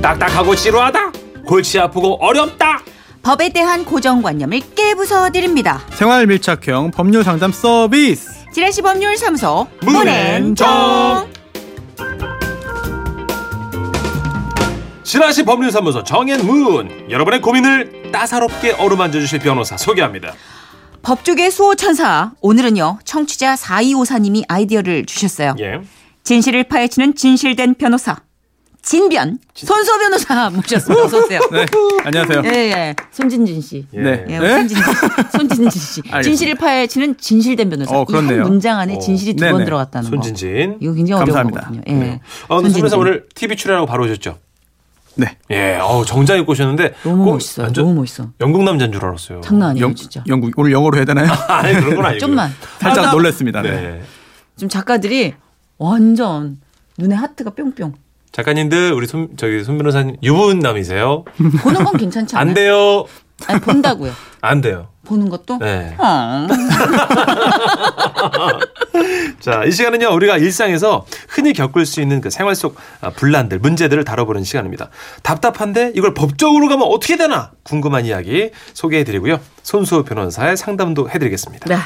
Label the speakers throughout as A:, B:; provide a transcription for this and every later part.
A: 딱딱하고 지루하다. 골치 아프고 어렵다.
B: 법에 대한 고정관념을 깨부숴 드립니다.
C: 생활 밀착형 법률 상담 서비스.
B: 지라시 법률사무소
A: 문앤정.
B: 문앤정
A: 지라시 법률사무소 정앤문 여러분의 고민을 따사롭게 어루만져 주실 변호사 소개합니다.
B: 법조계 수호천사 오늘은요 청취자 4254님이 아이디어를 주셨어요.
A: 예.
B: 진실을 파헤치는 진실된 변호사 진변 손소 변호사 모셨습니다. 어서 오세요.
C: 네, 안녕하세요.
B: 예, 예. 손진진 씨.
A: 예.
C: 네.
B: 예,
C: 네?
B: 손진진, 손진진 씨.
C: 알겠습니다.
B: 진실을 파헤치는 진실된 변호사.
C: 어,
B: 이
C: 그렇네요.
B: 한 문장 안에 진실이 두 번
C: 네네.
B: 들어갔다는 거.
A: 손진진.
B: 이거 굉장히 어려운
C: 감사합니다.
B: 거거든요. 예.
A: 어, 근데 손
B: 손진진.
A: 변호사 오늘 TV 출연하고 바로 오셨죠?
C: 네.
A: 예. 어우, 정장 입고 오셨는데
B: 너무
A: 꼭
B: 멋있어요.
A: 완전
B: 너무 멋있어.
A: 영국 남자인 줄 알았어요.
B: 장난 아니에요,
C: 영,
B: 진짜.
C: 영국 오늘 영어로 해야 되나요?
A: 아니 그런 건 아니고.
B: 좀만.
C: 살짝
B: 아, 나-
C: 놀랐습니다. 네.
A: 네.
B: 지금 작가들이 완전 눈에 하트가 뿅뿅.
A: 작가님들 우리 손 저기 손 변호사님 유부남이세요?
B: 보는 건 괜찮지 않아요?
A: 안 돼요.
B: 아니, 본다고요.
A: 안 돼요.
B: 보는 것도.
A: 네.
B: 어.
A: 자, 이 시간은요, 우리가 일상에서 흔히 겪을 수 있는 그 생활 속 아, 분란들, 문제들을 다뤄보는 시간입니다. 답답한데 이걸 법적으로 가면 어떻게 되나 궁금한 이야기 소개해드리고요. 손수호 변호사의 상담도 해드리겠습니다.
B: 네.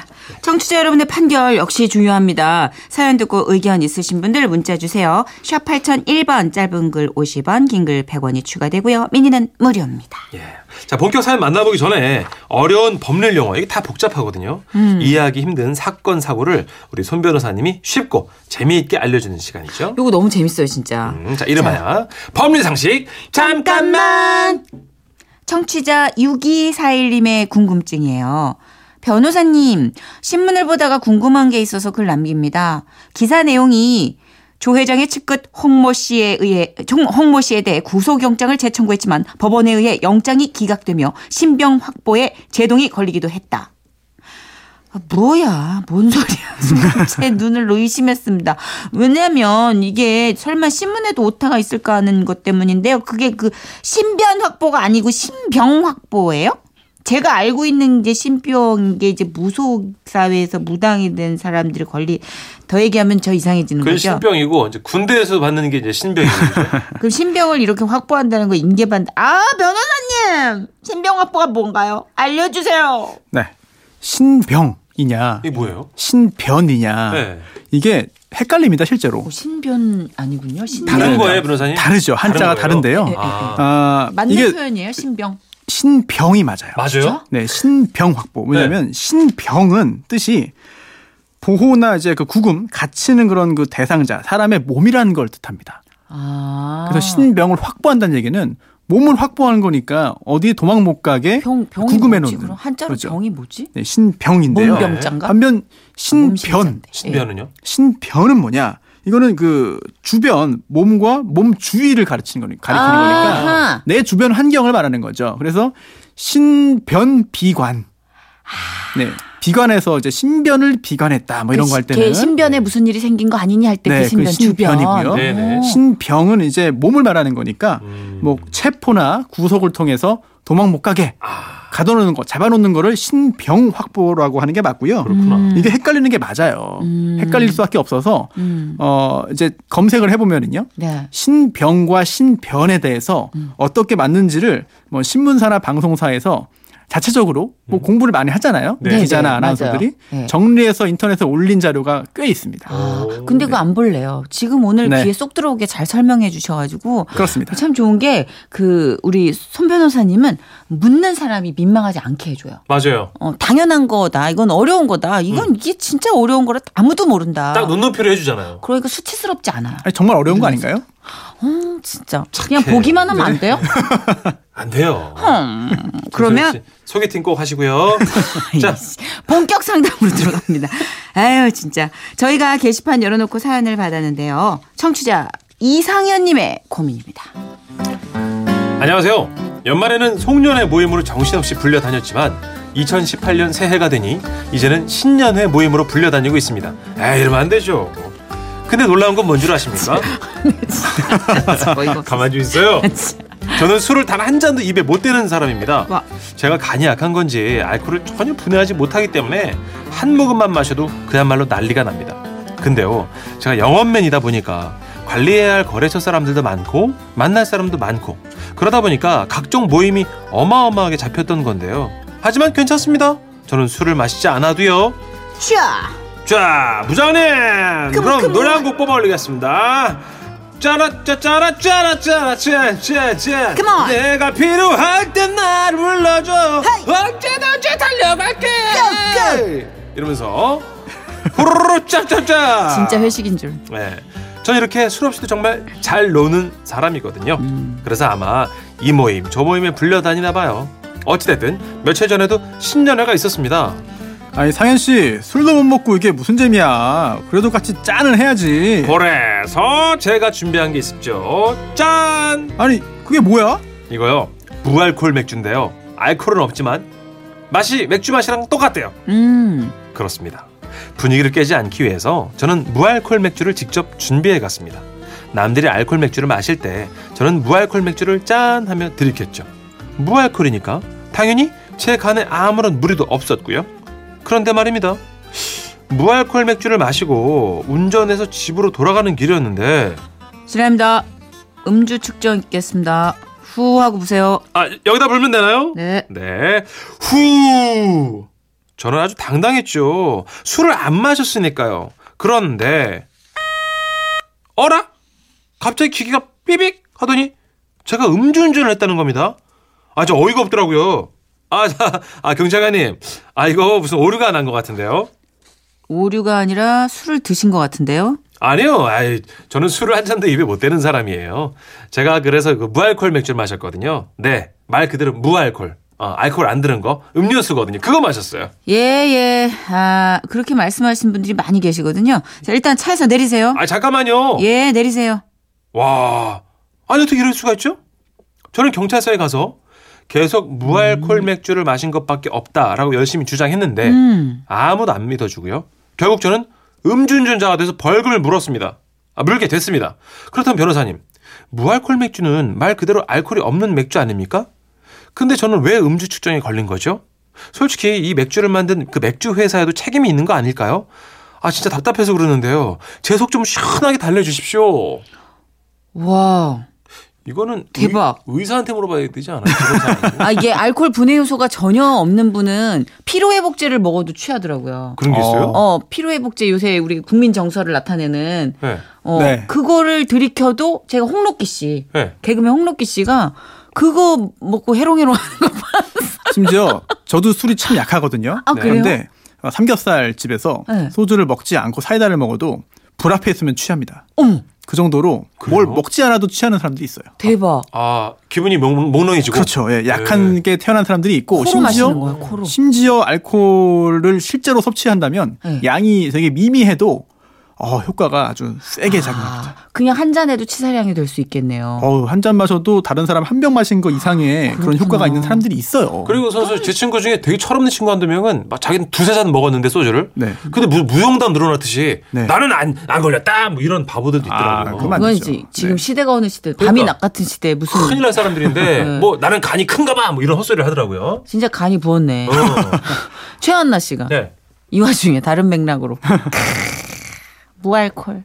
B: 청취자 여러분의 판결 역시 중요합니다. 사연 듣고 의견 있으신 분들 문자 주세요. 샵 8001번 짧은 글 50원, 긴 글 100원이 추가되고요. 미니는 무료입니다.
A: 예. 자, 본격 사연 만나보기 전에 어려운 법률 용어, 이게 다 복잡하거든요. 이해하기 힘든 사건, 사고를 우리 손 변호사님이 쉽고 재미있게 알려주는 시간이죠.
B: 요거 너무 재밌어요, 진짜.
A: 음, 자, 이름하여 법률상식 잠깐만!
B: 청취자 6241님의 궁금증이에요. 변호사님, 신문을 보다가 궁금한 게 있어서 글 남깁니다. 기사 내용이 조 회장의 측근 홍모 씨에 의해 종- 홍모 씨에 대해 구속영장을 재청구했지만 법원에 의해 영장이 기각되며 신병 확보에 제동이 걸리기도 했다. 아, 뭐야, 뭔 소리야. 제 눈을 의심했습니다. 왜냐면 이게 설마 신문에도 오타가 있을까 하는 것 때문인데요. 그게 그 신변 확보가 아니고 신병 확보예요? 제가 알고 있는 이제 신병 게 이제 무속 사회에서 무당이 된 사람들이 걸리 더 얘기하면 저 이상해지는
A: 그
B: 거죠.
A: 신병이고, 이제 군대에서 받는 게 이제 신병이죠.
B: 그럼 신병을 이렇게 확보한다는 거 인계받. 아 변호사님, 신병 확보가 뭔가요? 알려주세요.
C: 네. 신병이냐,
A: 이게 뭐예요?
C: 신변이냐.
A: 네.
C: 이게 헷갈립니다, 실제로.
B: 어, 신변 아니군요. 신병.
A: 다른
C: 네.
A: 거예요, 변호사님?
C: 다르죠. 한자가
A: 다른 거예요?
C: 다른데요.
A: 아.
C: 아,
B: 맞는 그-
C: 이게
B: 표현이에요, 신병.
C: 신병이 맞아요.
A: 맞아요?
C: 네, 신병 확보. 왜냐면 신병은 뜻이 보호나 이제 그 구금, 갇히는 그런 그 대상자, 사람의 몸이라는 걸 뜻합니다.
B: 아.
C: 그래서 신병을 확보한다는 얘기는 몸을 확보하는 거니까 어디 도망 못 가게
B: 병 병이
C: 구금해
B: 뭐지?
C: 놓는.
B: 그럼 한자로
C: 그렇죠.
B: 병이 뭐지?
C: 네, 신병인데요.
B: 몸병자인가?
C: 반면 신변,
B: 몸신자인데.
A: 신변은요?
C: 신변은 뭐냐? 이거는 그 주변 몸과 몸 주위를 가르치는 거니까 가리키는
B: 아하.
C: 거니까 내 주변 환경을 말하는 거죠. 그래서 신변 비관.
B: 아.
C: 네. 비관에서 이제 신변을 비관했다. 뭐 이런 거 할
B: 걔
C: 때는
B: 그 신변에 무슨 일이 생긴 거 아니니 할 때 그
C: 네, 그
B: 신변 주변.
C: 신변이고요.
A: 네네.
B: 오.
C: 신병은 이제 몸을 말하는 거니까
A: 음.
C: 뭐 체포나 구속을 통해서 도망 못 가게
A: 아.
C: 가둬놓는 거 잡아놓는 거를 신병 확보라고 하는 게 맞고요.
A: 그렇구나.
C: 이게 헷갈리는 게 맞아요. 헷갈릴 수밖에 없어서
B: 음.
C: 어 이제 검색을 해보면은요.
B: 네.
C: 신병과 신변에 대해서
B: 음.
C: 어떻게 맞는지를 뭐 신문사나 방송사에서 자체적으로 뭐 공부를 많이 하잖아요.
A: 음. 네.
C: 기자나
B: 네, 네,
C: 아나운서들이
B: 맞아요. 네.
C: 정리해서 인터넷에 올린 자료가 꽤 있습니다.
B: 아, 근데 그거 안 볼래요. 지금 오늘
C: 네.
B: 귀에 쏙 들어오게 잘 설명해 주셔가지고
C: 그렇습니다.
B: 참 좋은 게 그 우리 손 변호사님은 묻는 사람이 민망하지 않게 해줘요.
A: 맞아요.
B: 어, 당연한 거다. 이건 어려운 거다. 이건
C: 음.
B: 이게 진짜 어려운 거라 아무도 모른다.
A: 딱 눈높이로 해주잖아요.
B: 그러니까 수치스럽지 않아요.
C: 아니, 정말 어려운 거 아닌가요?
B: 음, 진짜 그냥 보기만 하면 안 돼요?
A: 안 돼요.
B: 음,
A: 김소연
B: 그러면
A: 씨, 소개팅 꼭 하시고요. 자,
B: 본격 상담으로 들어갑니다. 아유 진짜 저희가 게시판 열어놓고 사연을 받았는데요. 청취자 이상현님의 고민입니다.
A: 안녕하세요. 연말에는 송년회 모임으로 정신없이 불려 다녔지만 2018년 새해가 되니 이제는 신년회 모임으로 불려 다니고 있습니다. 에이, 이러면 안 되죠. 근데 놀라운 건 뭔 줄 아십니까?
B: 뭐 이거
A: 가만히 좀 있어요. 저는 술을 단 한 잔도 입에 못 대는 사람입니다.
B: 와.
A: 제가 간이 약한 건지 알코올을 전혀 분해하지 못하기 때문에 한 모금만 마셔도 그야말로 난리가 납니다. 근데요, 제가 영업맨이다 보니까 관리해야 할 거래처 사람들도 많고 만날 사람도 많고 그러다 보니까 각종 모임이 어마어마하게 잡혔던 건데요. 하지만 괜찮습니다. 저는 술을 마시지 않아도요.
B: 자,
A: 자, 부장님.
B: 그,
A: 그럼
B: 그,
A: 노래 한 곡 뽑아 올리겠습니다. 짜라 짜짜라 짜라 짜라 짜짜짜
B: Come on.
A: 내가 필요할 땐 나를 불러줘 언제든지 달려갈게
B: Go,
A: 이러면서 후루루 짜짜짜
B: 진짜 회식인 줄.
A: 네. 전 이렇게 술 없이도 정말 잘 노는 사람이거든요.
B: 음.
A: 그래서 아마 이 모임 저 모임에 불려다니나 봐요. 어찌됐든 며칠 전에도 신년회가 있었습니다.
C: 아니 상현 씨 술도 못 먹고 이게 무슨 재미야? 그래도 같이 짠을 해야지.
A: 그래서 제가 준비한 게 있었죠. 짠!
C: 아니 그게 뭐야?
A: 이거요. 무알콜 맥주인데요. 알코올은 없지만 맛이 맥주 맛이랑 똑같대요.
B: 음,
A: 그렇습니다. 분위기를 깨지 않기 위해서 저는 무알콜 맥주를 직접 준비해 갔습니다. 남들이 알콜 맥주를 마실 때 저는 무알콜 맥주를 짠 하며 들이켰죠. 무알콜이니까 당연히 제 간에 아무런 무리도 없었고요. 그런데 말입니다. 무알콜 맥주를 마시고 운전해서 집으로 돌아가는 길이었는데
B: 실례합니다. 음주 측정 있겠습니다. 후 하고 보세요.
A: 아 여기다 불면 되나요?
B: 네.
A: 네. 후! 저는 아주 당당했죠. 술을 안 마셨으니까요. 그런데, 어라? 갑자기 기계가 삐빅! 하더니, 제가 음주운전을 했다는 겁니다. 아, 저 어이가 없더라고요. 아, 자, 아, 경찰관님. 아, 이거 무슨 오류가 난 것 같은데요?
B: 오류가 아니라 술을 드신 것 같은데요.
A: 아니요. 아이, 저는 술을 한 잔도 입에 못 대는 사람이에요. 제가 그래서 그 무알콜 맥주를 마셨거든요. 네. 말 그대로 무알콜. 어, 알코올 안 들은 거. 음료수거든요. 그거 마셨어요.
B: 예, 예. 아, 그렇게 말씀하신 분들이 많이 계시거든요. 자, 일단 차에서 내리세요.
A: 아 잠깐만요.
B: 예, 내리세요.
A: 와, 아니 어떻게 이럴 수가 있죠? 저는 경찰서에 가서 계속 무알콜 맥주를 마신 것밖에 없다라고 열심히 주장했는데
B: 음.
A: 아무도 안 믿어주고요. 결국 저는 음주운전자가 돼서 벌금을 물었습니다. 아, 물게 됐습니다. 그렇다면 변호사님, 무알콜 맥주는 말 그대로 알코올이 없는 맥주 아닙니까? 근데 저는 왜 음주 측정에 걸린 거죠? 솔직히 이 맥주를 만든 그 맥주 회사에도 책임이 있는 거 아닐까요? 아 진짜 답답해서 그러는데요. 제 속 좀 시원하게 달래주십시오.
B: 와.
A: 이거는
B: 대박.
A: 의, 사한테 물어봐야 되지 않아요? 변호사 아니고?
B: 아, 이게 알코올 분해 요소가 전혀 없는 분은 피로회복제를 먹어도 취하더라고요.
A: 그런 게 있어요?
C: 어.
B: 어, 피로회복제 요새 우리 국민 정서를 나타내는
A: 네.
B: 어,
C: 네.
B: 그거를 들이켜도 제가 홍록기 씨,
A: 네.
B: 개그맨 홍록기 씨가 그거 먹고 해롱해롱 하는 거
C: 심지어 저도 술이 참 약하거든요.
B: 아, 그래요?
C: 그런데 삼겹살 집에서
B: 네.
C: 소주를 먹지 않고 사이다를 먹어도 불 앞에 있으면 취합니다.
B: 어머,
C: 그 정도로
A: 그래요?
C: 뭘 먹지 않아도 취하는 사람들이 있어요.
B: 대박.
A: 아 기분이 몽, 몽롱해지고. 네.
C: 그렇죠. 예, 약한 게 태어난 사람들이 있고
B: 코로 마시는 거야, 음, 코로.
C: 심지어 알코올을 실제로 섭취한다면
B: 네.
C: 양이 되게 미미해도 어, 효과가 아주 세게 작용합니다.
B: 아, 그냥 한 잔에도 치사량이 될 수 있겠네요.
C: 어, 한 잔 마셔도 다른 사람 한 병 마신 거 이상의 그런
B: 그렇구나.
C: 효과가 있는 사람들이 있어요.
A: 그리고
B: 아,
A: 선수 제 친구 중에 되게 철없는 친구 한두 명은 막 자기는 두세 잔 먹었는데 소주를.
C: 네.
A: 근데 무, 무용담 늘어났듯이
C: 네.
A: 나는 안, 안 걸렸다 뭐 이런 바보들도
C: 아,
A: 있더라고요.
C: 그만.
B: 그건
C: 아니죠.
B: 이제 지금
C: 네.
B: 시대가 어느 시대, 밤이
A: 그러니까.
B: 낮 같은 시대에 무슨
A: 큰일 날 사람들인데
B: 네.
A: 뭐 나는 간이 큰가 봐 뭐 이런 헛소리를 하더라고요.
B: 진짜 간이 부었네.
A: 어.
B: 최한나 씨가
A: 네.
B: 이 와중에 다른 맥락으로 무알콜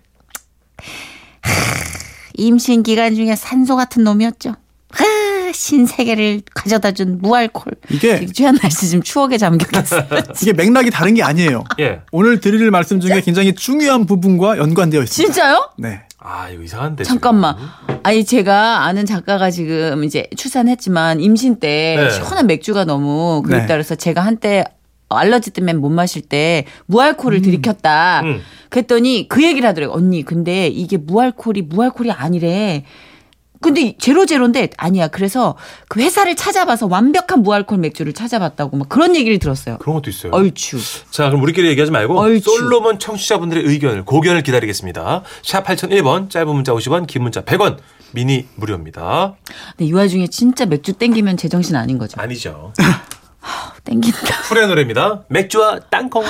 B: 임신 기간 중에 산소 같은 놈이었죠. 아, 신세계를 가져다준 무알콜.
A: 네.
C: 이게
B: 지금 최한나 씨 지금 추억에 잠겼어요.
C: 이게 맥락이 다른 게 아니에요.
A: 예.
C: 오늘 드릴 말씀 중에 굉장히 중요한 부분과 연관되어 있습니다.
B: 진짜요?
C: 네.
A: 아 이거 이상한데. 지금.
B: 잠깐만. 아니 제가 아는 작가가 지금 이제 출산했지만 임신 때
A: 네.
B: 시원한 맥주가 너무 그에
C: 네.
B: 따라서 제가 한때 알러지 때문에 못 마실 때 무알콜을 들이켰다.
A: 음.
B: 그랬더니 그 얘기를 하더라고요. 언니 근데 이게 무알콜이 무알콜이 아니래. 근데 제로 제로인데 아니야. 그래서 그 회사를 찾아봐서 완벽한 무알콜 맥주를 찾아봤다고 막 그런 얘기를 들었어요.
A: 그런 것도 있어요.
B: 얼추.
A: 자, 그럼 우리끼리 얘기하지 말고
B: 얼추.
A: 솔로몬 청취자분들의 의견을 고견을 기다리겠습니다. 샵 8001번 짧은 문자 50원, 긴 문자 100원. 미니 무료입니다.
B: 근데 이 와중에 진짜 맥주 땡기면 제정신 아닌 거죠.
A: 아니죠.
B: 땡긴다.
A: 쿨의 노래입니다. 맥주와 땅콩.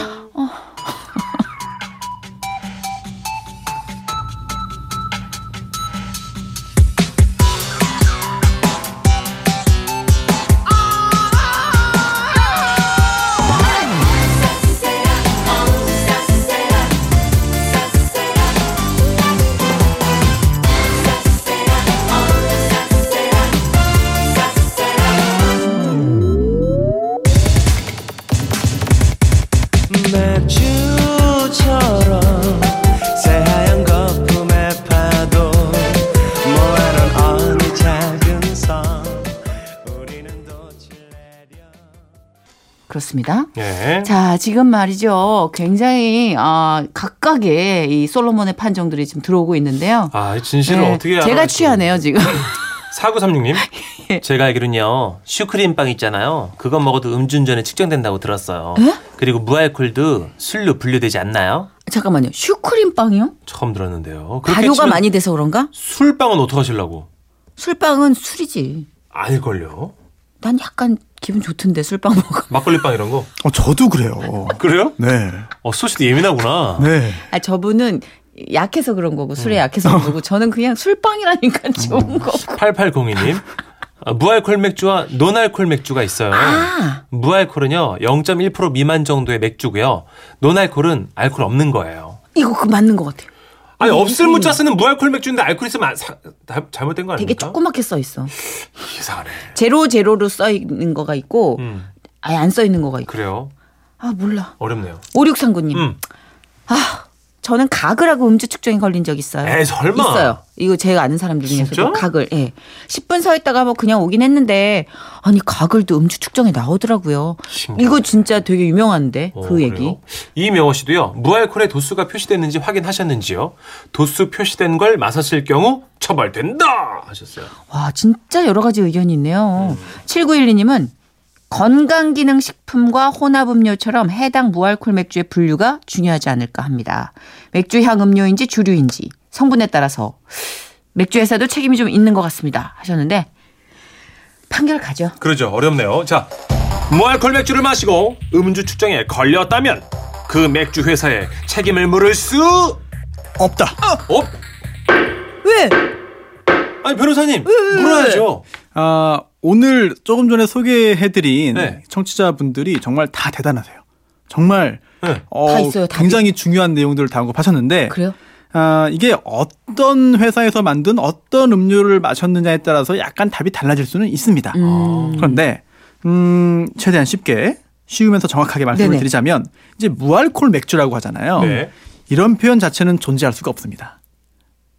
B: 그렇습니다.
A: 예.
B: 자, 지금 말이죠. 굉장히 아, 각각의 이 솔로몬의 판정들이 지금 들어오고 있는데요.
A: 아, 이 진실을
B: 네,
A: 어떻게 알아?
B: 제가 취하네요, 예. 지금.
A: 4936님. 제가 알기로는요. 슈크림 빵 있잖아요. 그거 먹어도 음주운전에 측정된다고 들었어요. 그리고 무알콜도 술로 분류되지 않나요?
B: 잠깐만요. 슈크림 빵이요?
A: 처음 들었는데요. 그렇게
B: 발효가
A: 치면
B: 많이 돼서 그런가?
A: 술빵은 어떻게 하시려고?
B: 술빵은 술이지.
A: 아닐걸요.
B: 난 약간 기분 좋던데 술빵 먹으면.
A: 막걸리빵 이런 거.
C: 어, 저도 그래요.
A: 그래요?
C: 네.
A: 어, 소시도 예민하구나.
C: 네.
B: 아, 저분은 약해서 그런 거고 술에
A: 네.
B: 약해서 그런 거고 저는 그냥
A: 어.
B: 술빵이라니까 좋은 거.
A: 8802님. 아, 무알콜 맥주와 논알콜 맥주가 있어요.
B: 아.
A: 무알콜은요 0.1% 미만 정도의 맥주고요. 논알콜은 알콜 없는 거예요.
B: 이거 그 맞는 것 같아요. 음,
A: 아니 없을 문자 쓰는 무알콜 맥주인데 알콜 있으면 아- 사- 다- 잘못된 거
B: 되게
A: 아닙니까?
B: 조그맣게 써 있어.
A: 이상하네.
B: 제로 제로로 써 있는 거가 있고
A: 음
B: 아예 안 써 있는 거가 있고.
A: 그래요.
B: 아 몰라.
A: 어렵네요.
B: 5639님.
A: 음
B: 아 저는 가글하고 음주 측정이 걸린 적 있어요.
A: 에이, 설마.
B: 있어요. 이거 제가 아는 사람 중에서도
A: 진짜?
B: 가글. 예. 10분 서 있다가 뭐 그냥 오긴 했는데 아니 가글도 음주 측정에 나오더라고요.
A: 신기하다.
B: 이거 진짜 되게 유명한데
A: 어,
B: 그 얘기.
A: 그래요? 이명호 씨도요 무알콜의 도수가 표시됐는지 확인하셨는지요? 도수 표시된 걸 마셨을 경우 처벌된다 하셨어요.
B: 와, 진짜 여러 가지 의견이 있네요. 7912님은 건강기능식품과 혼합음료처럼 해당 무알콜 맥주의 분류가 중요하지 않을까 합니다. 맥주 향음료인지 주류인지 성분에 따라서 맥주 회사도 책임이 좀 있는 것 같습니다. 하셨는데 판결 가죠.
A: 그러죠. 어렵네요. 자, 무알콜 맥주를 마시고 음주 측정에 걸렸다면 그 맥주 회사에 책임을 물을 수
C: 없다.
A: 없.
B: 왜?
A: 아니 변호사님 물어야죠.
C: 아, 오늘 조금 전에 소개해드린
A: 네.
C: 청취자분들이 정말 다 대단하세요. 정말
A: 네.
C: 어,
B: 다 있어요, 답이.
C: 굉장히 중요한 내용들을 다 언급하셨는데
B: 그래요?
C: 아, 이게 어떤 회사에서 만든 어떤 음료를 마셨느냐에 따라서 약간 답이 달라질 수는 있습니다. 그런데 음, 최대한 쉽게 쉬우면서 정확하게 말씀을
B: 네네.
C: 드리자면 이제 무알콜 맥주라고 하잖아요.
A: 네.
C: 이런 표현 자체는 존재할 수가 없습니다.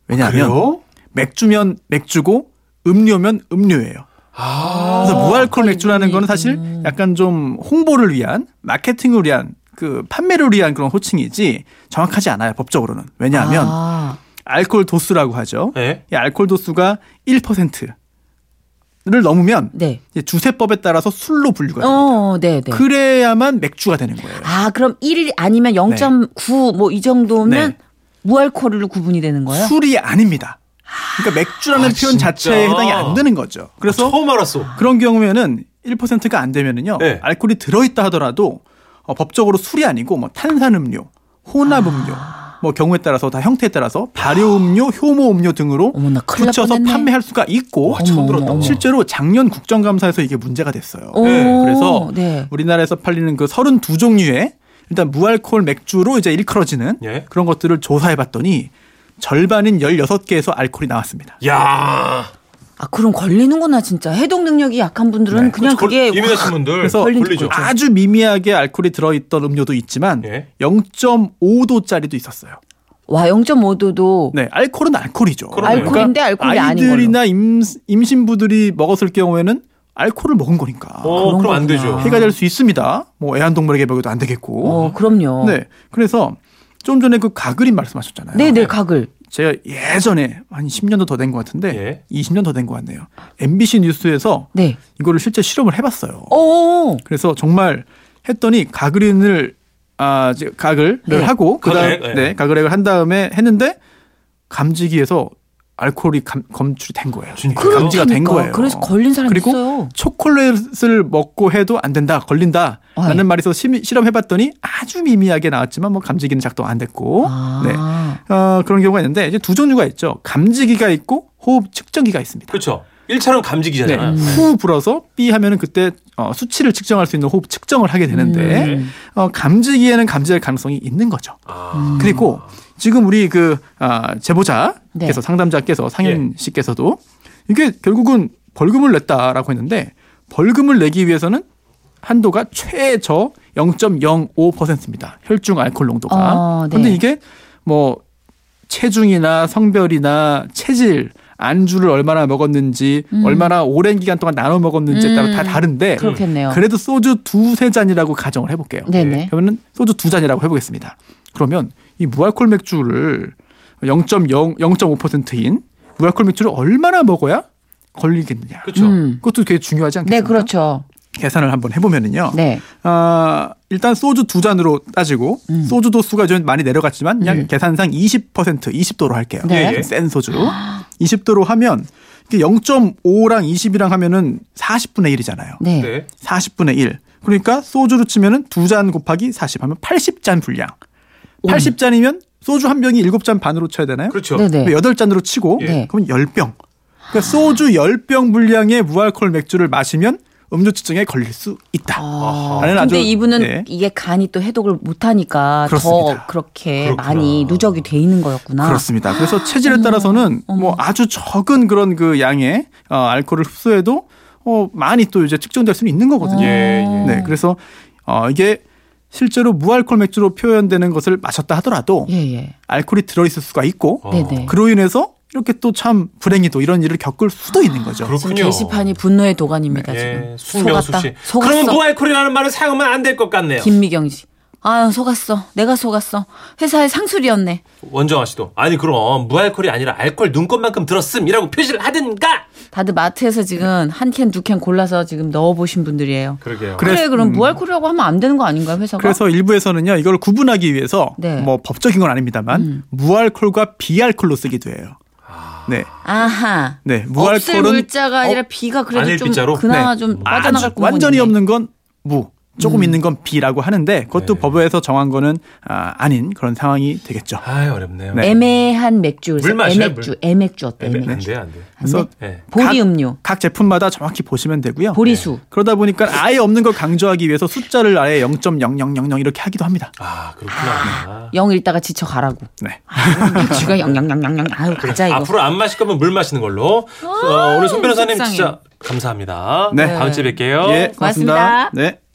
C: 왜냐하면
A: 그래요?
C: 맥주면 맥주고 음료면 음료예요.
A: 아,
C: 그래서 무알콜 맥주라는 거는 사실 약간 좀 홍보를 위한 마케팅을 위한 그 판매를 위한 그런 호칭이지 정확하지 않아요 법적으로는 왜냐하면
B: 아,
C: 알코올 도수라고 하죠.
A: 네.
C: 이 알코올 도수가 1%를 넘으면
B: 네.
C: 이제 주세법에 따라서 술로 분류가 돼요.
B: 어, 네, 네.
C: 그래야만 맥주가 되는 거예요.
B: 아, 그럼 1 아니면 0.9 뭐 이 정도면
C: 네.
B: 무알콜로 구분이 되는 거예요?
C: 술이 아닙니다. 그러니까 맥주라는
A: 아,
C: 표현
A: 진짜?
C: 자체에 해당이 안 되는 거죠. 그래서
A: 아, 처음 알았어.
C: 그런 경우에는 1%가 안 되면은요.
A: 네.
C: 알코올이 들어 있다 하더라도 어, 법적으로 술이 아니고 뭐 탄산음료, 혼합음료
B: 아.
C: 뭐 경우에 따라서 다 형태에 따라서 발효음료, 효모음료 등으로
B: 어머나, 큰일 날
C: 붙여서
B: 뻔했네.
C: 판매할 수가 있고
B: 와, 처음 들었다. 어머.
C: 실제로 작년 국정감사에서 이게 문제가 됐어요.
B: 오,
A: 네,
C: 그래서
B: 네.
C: 우리나라에서 팔리는 그 32종류의 일단 무알콜 맥주로 이제 일컬어지는
A: 예.
C: 그런 것들을 조사해 봤더니 절반인 16개에서 알코올이 나왔습니다.
A: 야,
B: 아 그럼 걸리는구나 진짜 해독 능력이 약한 분들은
C: 네.
B: 그냥
A: 걸-
B: 그게
A: 예민하신 분들
C: 그래서
A: 걸리죠
C: 아주 미미하게 알코올이 들어있던 음료도 있지만
A: 예.
C: 0.5도짜리도 있었어요.
B: 와 0.5도도
C: 네, 알코올은 알코올이죠. 그러니까
A: 그러네요. 알코올인데
B: 알코올이 아닌
C: 아이들이나 임, 임신부들이 먹었을 경우에는 알코올을 먹은 거니까
A: 어,
B: 그런
A: 그럼 안
B: 거구나.
A: 되죠.
C: 해가 될 수 있습니다. 뭐 애완동물에게 먹여도 안 되겠고.
B: 어 그럼요.
C: 네, 그래서 좀 전에 그 가그린 말씀하셨잖아요.
B: 네, 네, 각을
C: 제가 예전에 한 10년도 더 된 것
A: 예.
C: 같은데 20년 더 된 것 같네요. MBC 뉴스에서
B: 네.
C: 이거를 실제 실험을 해봤어요.
B: 오.
C: 그래서 정말 했더니 가그린을 아 이제 가글을
B: 네.
C: 하고 그다음
A: 가글, 네.
C: 네. 가글액을 한 다음에 했는데 감지기에서 알코올이 감, 검출이 된 거예요.
A: 진짜?
C: 그러니까 감지가 된
B: 그렇다니까.
C: 거예요.
B: 그래서 걸린 사람
C: 그리고
B: 있어요.
C: 초콜릿을 먹고 해도 안 된다, 걸린다라는
B: 어이.
C: 말에서 시- 실험해봤더니 아주 미미하게 나왔지만 뭐 감지기는 작동 안 됐고
B: 아.
C: 네. 어, 그런 경우가 있는데 이제 두 종류가 있죠. 감지기가 있고 호흡 측정기가 있습니다.
A: 그렇죠. 1차는
C: 네.
A: 감지기잖아요.
C: 후 불어서 삐 하면은 그때 어, 수치를 측정할 수 있는 호흡 측정을 하게 되는데
B: 음.
C: 어, 감지기에는 감지할 가능성이 있는 거죠.
A: 아,
C: 그리고 지금 우리 그 아, 제보자께서
B: 네. 예.
C: 상담자께서 상현 씨께서도 이게 결국은 벌금을 냈다라고 했는데 벌금을 내기 위해서는 한도가 최저 0.05%입니다. 혈중 알코올 농도가.
B: 어, 네.
C: 근데 이게 뭐 체중이나 성별이나 체질 안주를 얼마나 먹었는지 얼마나 오랜 기간 동안 나눠 먹었는지에 따라 다 다른데
B: 음. 그렇겠네요.
C: 그래도 소주 두세 잔이라고 가정을 해볼게요.
B: 네네.
C: 그러면 소주 두 잔이라고 해보겠습니다. 그러면 이 무알콜 맥주를 0.0 0.5%인 무알콜 맥주를 얼마나 먹어야 걸리겠느냐.
A: 그렇죠.
B: 음.
C: 그것도 되게 중요하지 않겠습니까?
B: 네, 그렇죠.
C: 계산을 한번 해보면은요.
B: 네.
C: 아, 일단 소주 두 잔으로 따지고
B: 음.
C: 소주 도수가 좀 많이 내려갔지만 그냥 계산상 20% 20도로 할게요.
B: 네. 아.
A: 예, 예.
C: 센 소주. 20도로 하면 이게 0.5랑 20이랑 하면은 40분의 1이잖아요.
B: 네.
A: 네.
C: 40분의 1. 그러니까 소주로 치면은 두 잔 곱하기 40 하면 80잔 분량. 80잔이면 소주 한 병이 7잔 반으로 쳐야 되나요?
A: 그렇죠.
B: 네, 네.
C: 그럼 8잔으로 치고
B: 예.
C: 그러면 10병. 그러니까 소주 10병 분량의 무알콜 맥주를 마시면 음주증에 걸릴 수 있다.
B: 아,
C: 나는 아주-
B: 근데 이분은
C: 네.
B: 이게 간이 또 해독을 못하니까
C: 그렇습니다.
B: 더 그렇게
A: 그렇구나.
B: 많이 누적이 돼 있는 거였구나.
C: 그렇습니다. 그래서 체질에 따라서는 뭐 아주 적은 그런 그 양의 어, 알코올을 흡수해도 어, 많이 또 이제 측정될 수는 있는 거거든요.
A: 예, 예.
C: 네, 그래서 어, 이게 실제로 무알콜 맥주로 표현되는 것을 마셨다 하더라도
B: 예, 예.
C: 알코올이 들어있을 수가 있고
A: 어.
B: 네네.
C: 그로 인해서 이렇게 또 참 불행히 또 이런 일을 겪을 수도 있는 거죠.
A: 아, 그렇군요.
B: 게시판이 분노의 도가니입니다
C: 네,
A: 예,
B: 지금.
A: 숙명수 씨.
B: 속았어.
A: 그러면 무알콜이라는 말을 사용하면 안 될 것 같네요.
B: 김미경 씨. 아 속았어. 내가 속았어. 회사의 상술이었네.
A: 원정아 씨도 아니 그럼 무알콜이 아니라 알콜 눈곱만큼 들었음이라고 표시를 하든가.
B: 다들 마트에서 지금 한 캔 두 캔 골라서 지금 넣어 보신 분들이에요.
A: 그러게요.
C: 그래-
B: 그래 그럼 무알콜이라고 하면 안 되는 거 아닌가요 회사가?
C: 음. 그래서 일부에서는요 이걸 구분하기 위해서
B: 네.
C: 뭐 법적인 건 아닙니다만 무알콜과 비알콜로 쓰기도 해요.
A: 아.
C: 네,
B: 아하.
C: 네,
B: 없을
C: 무알콜은 어,
B: 물자가 아니라 비가
A: 아닐
B: 그래도 좀
A: 빗자루?
B: 그나마
C: 네.
B: 좀
A: 아주
B: 빠져나갈 구멍이
C: 완전히
B: 있네. 음.
C: 없는 건 무, 조금 있는 건 비라고 하는데 그것도
A: 네.
C: 법에서 정한 거는 아, 아닌 그런 상황이 되겠죠.
A: 아 어렵네요.
C: 네.
B: 애매한 맥주 그래서
A: 물 마셔요,
B: 애맥주 애맥주 어때?
A: 안 돼
B: 애맥주.
A: 안 돼.
C: 그래서
A: 네.
B: 보리
C: 각-
B: 음료,
C: 각 제품마다 정확히 보시면 되고요. 네.
B: 보리수.
C: 그러다 보니까 아예 없는 걸 강조하기 위해서 숫자를 아예 0.0000 이렇게 하기도 합니다.
A: 아 그렇구나.
B: 영 읽다가 지쳐 가라고.
C: 네.
B: 지가 영영영영영 아유 가자 이거.
A: 앞으로 안 마실 거면 물 마시는 걸로. 어, 오늘 손 변호사님
B: 아, 속상해.
A: 진짜 감사합니다.
C: 네.
A: 다음 주에 뵐게요.
C: 예, 고맙습니다.
B: 아, 고맙습니다.
C: 네.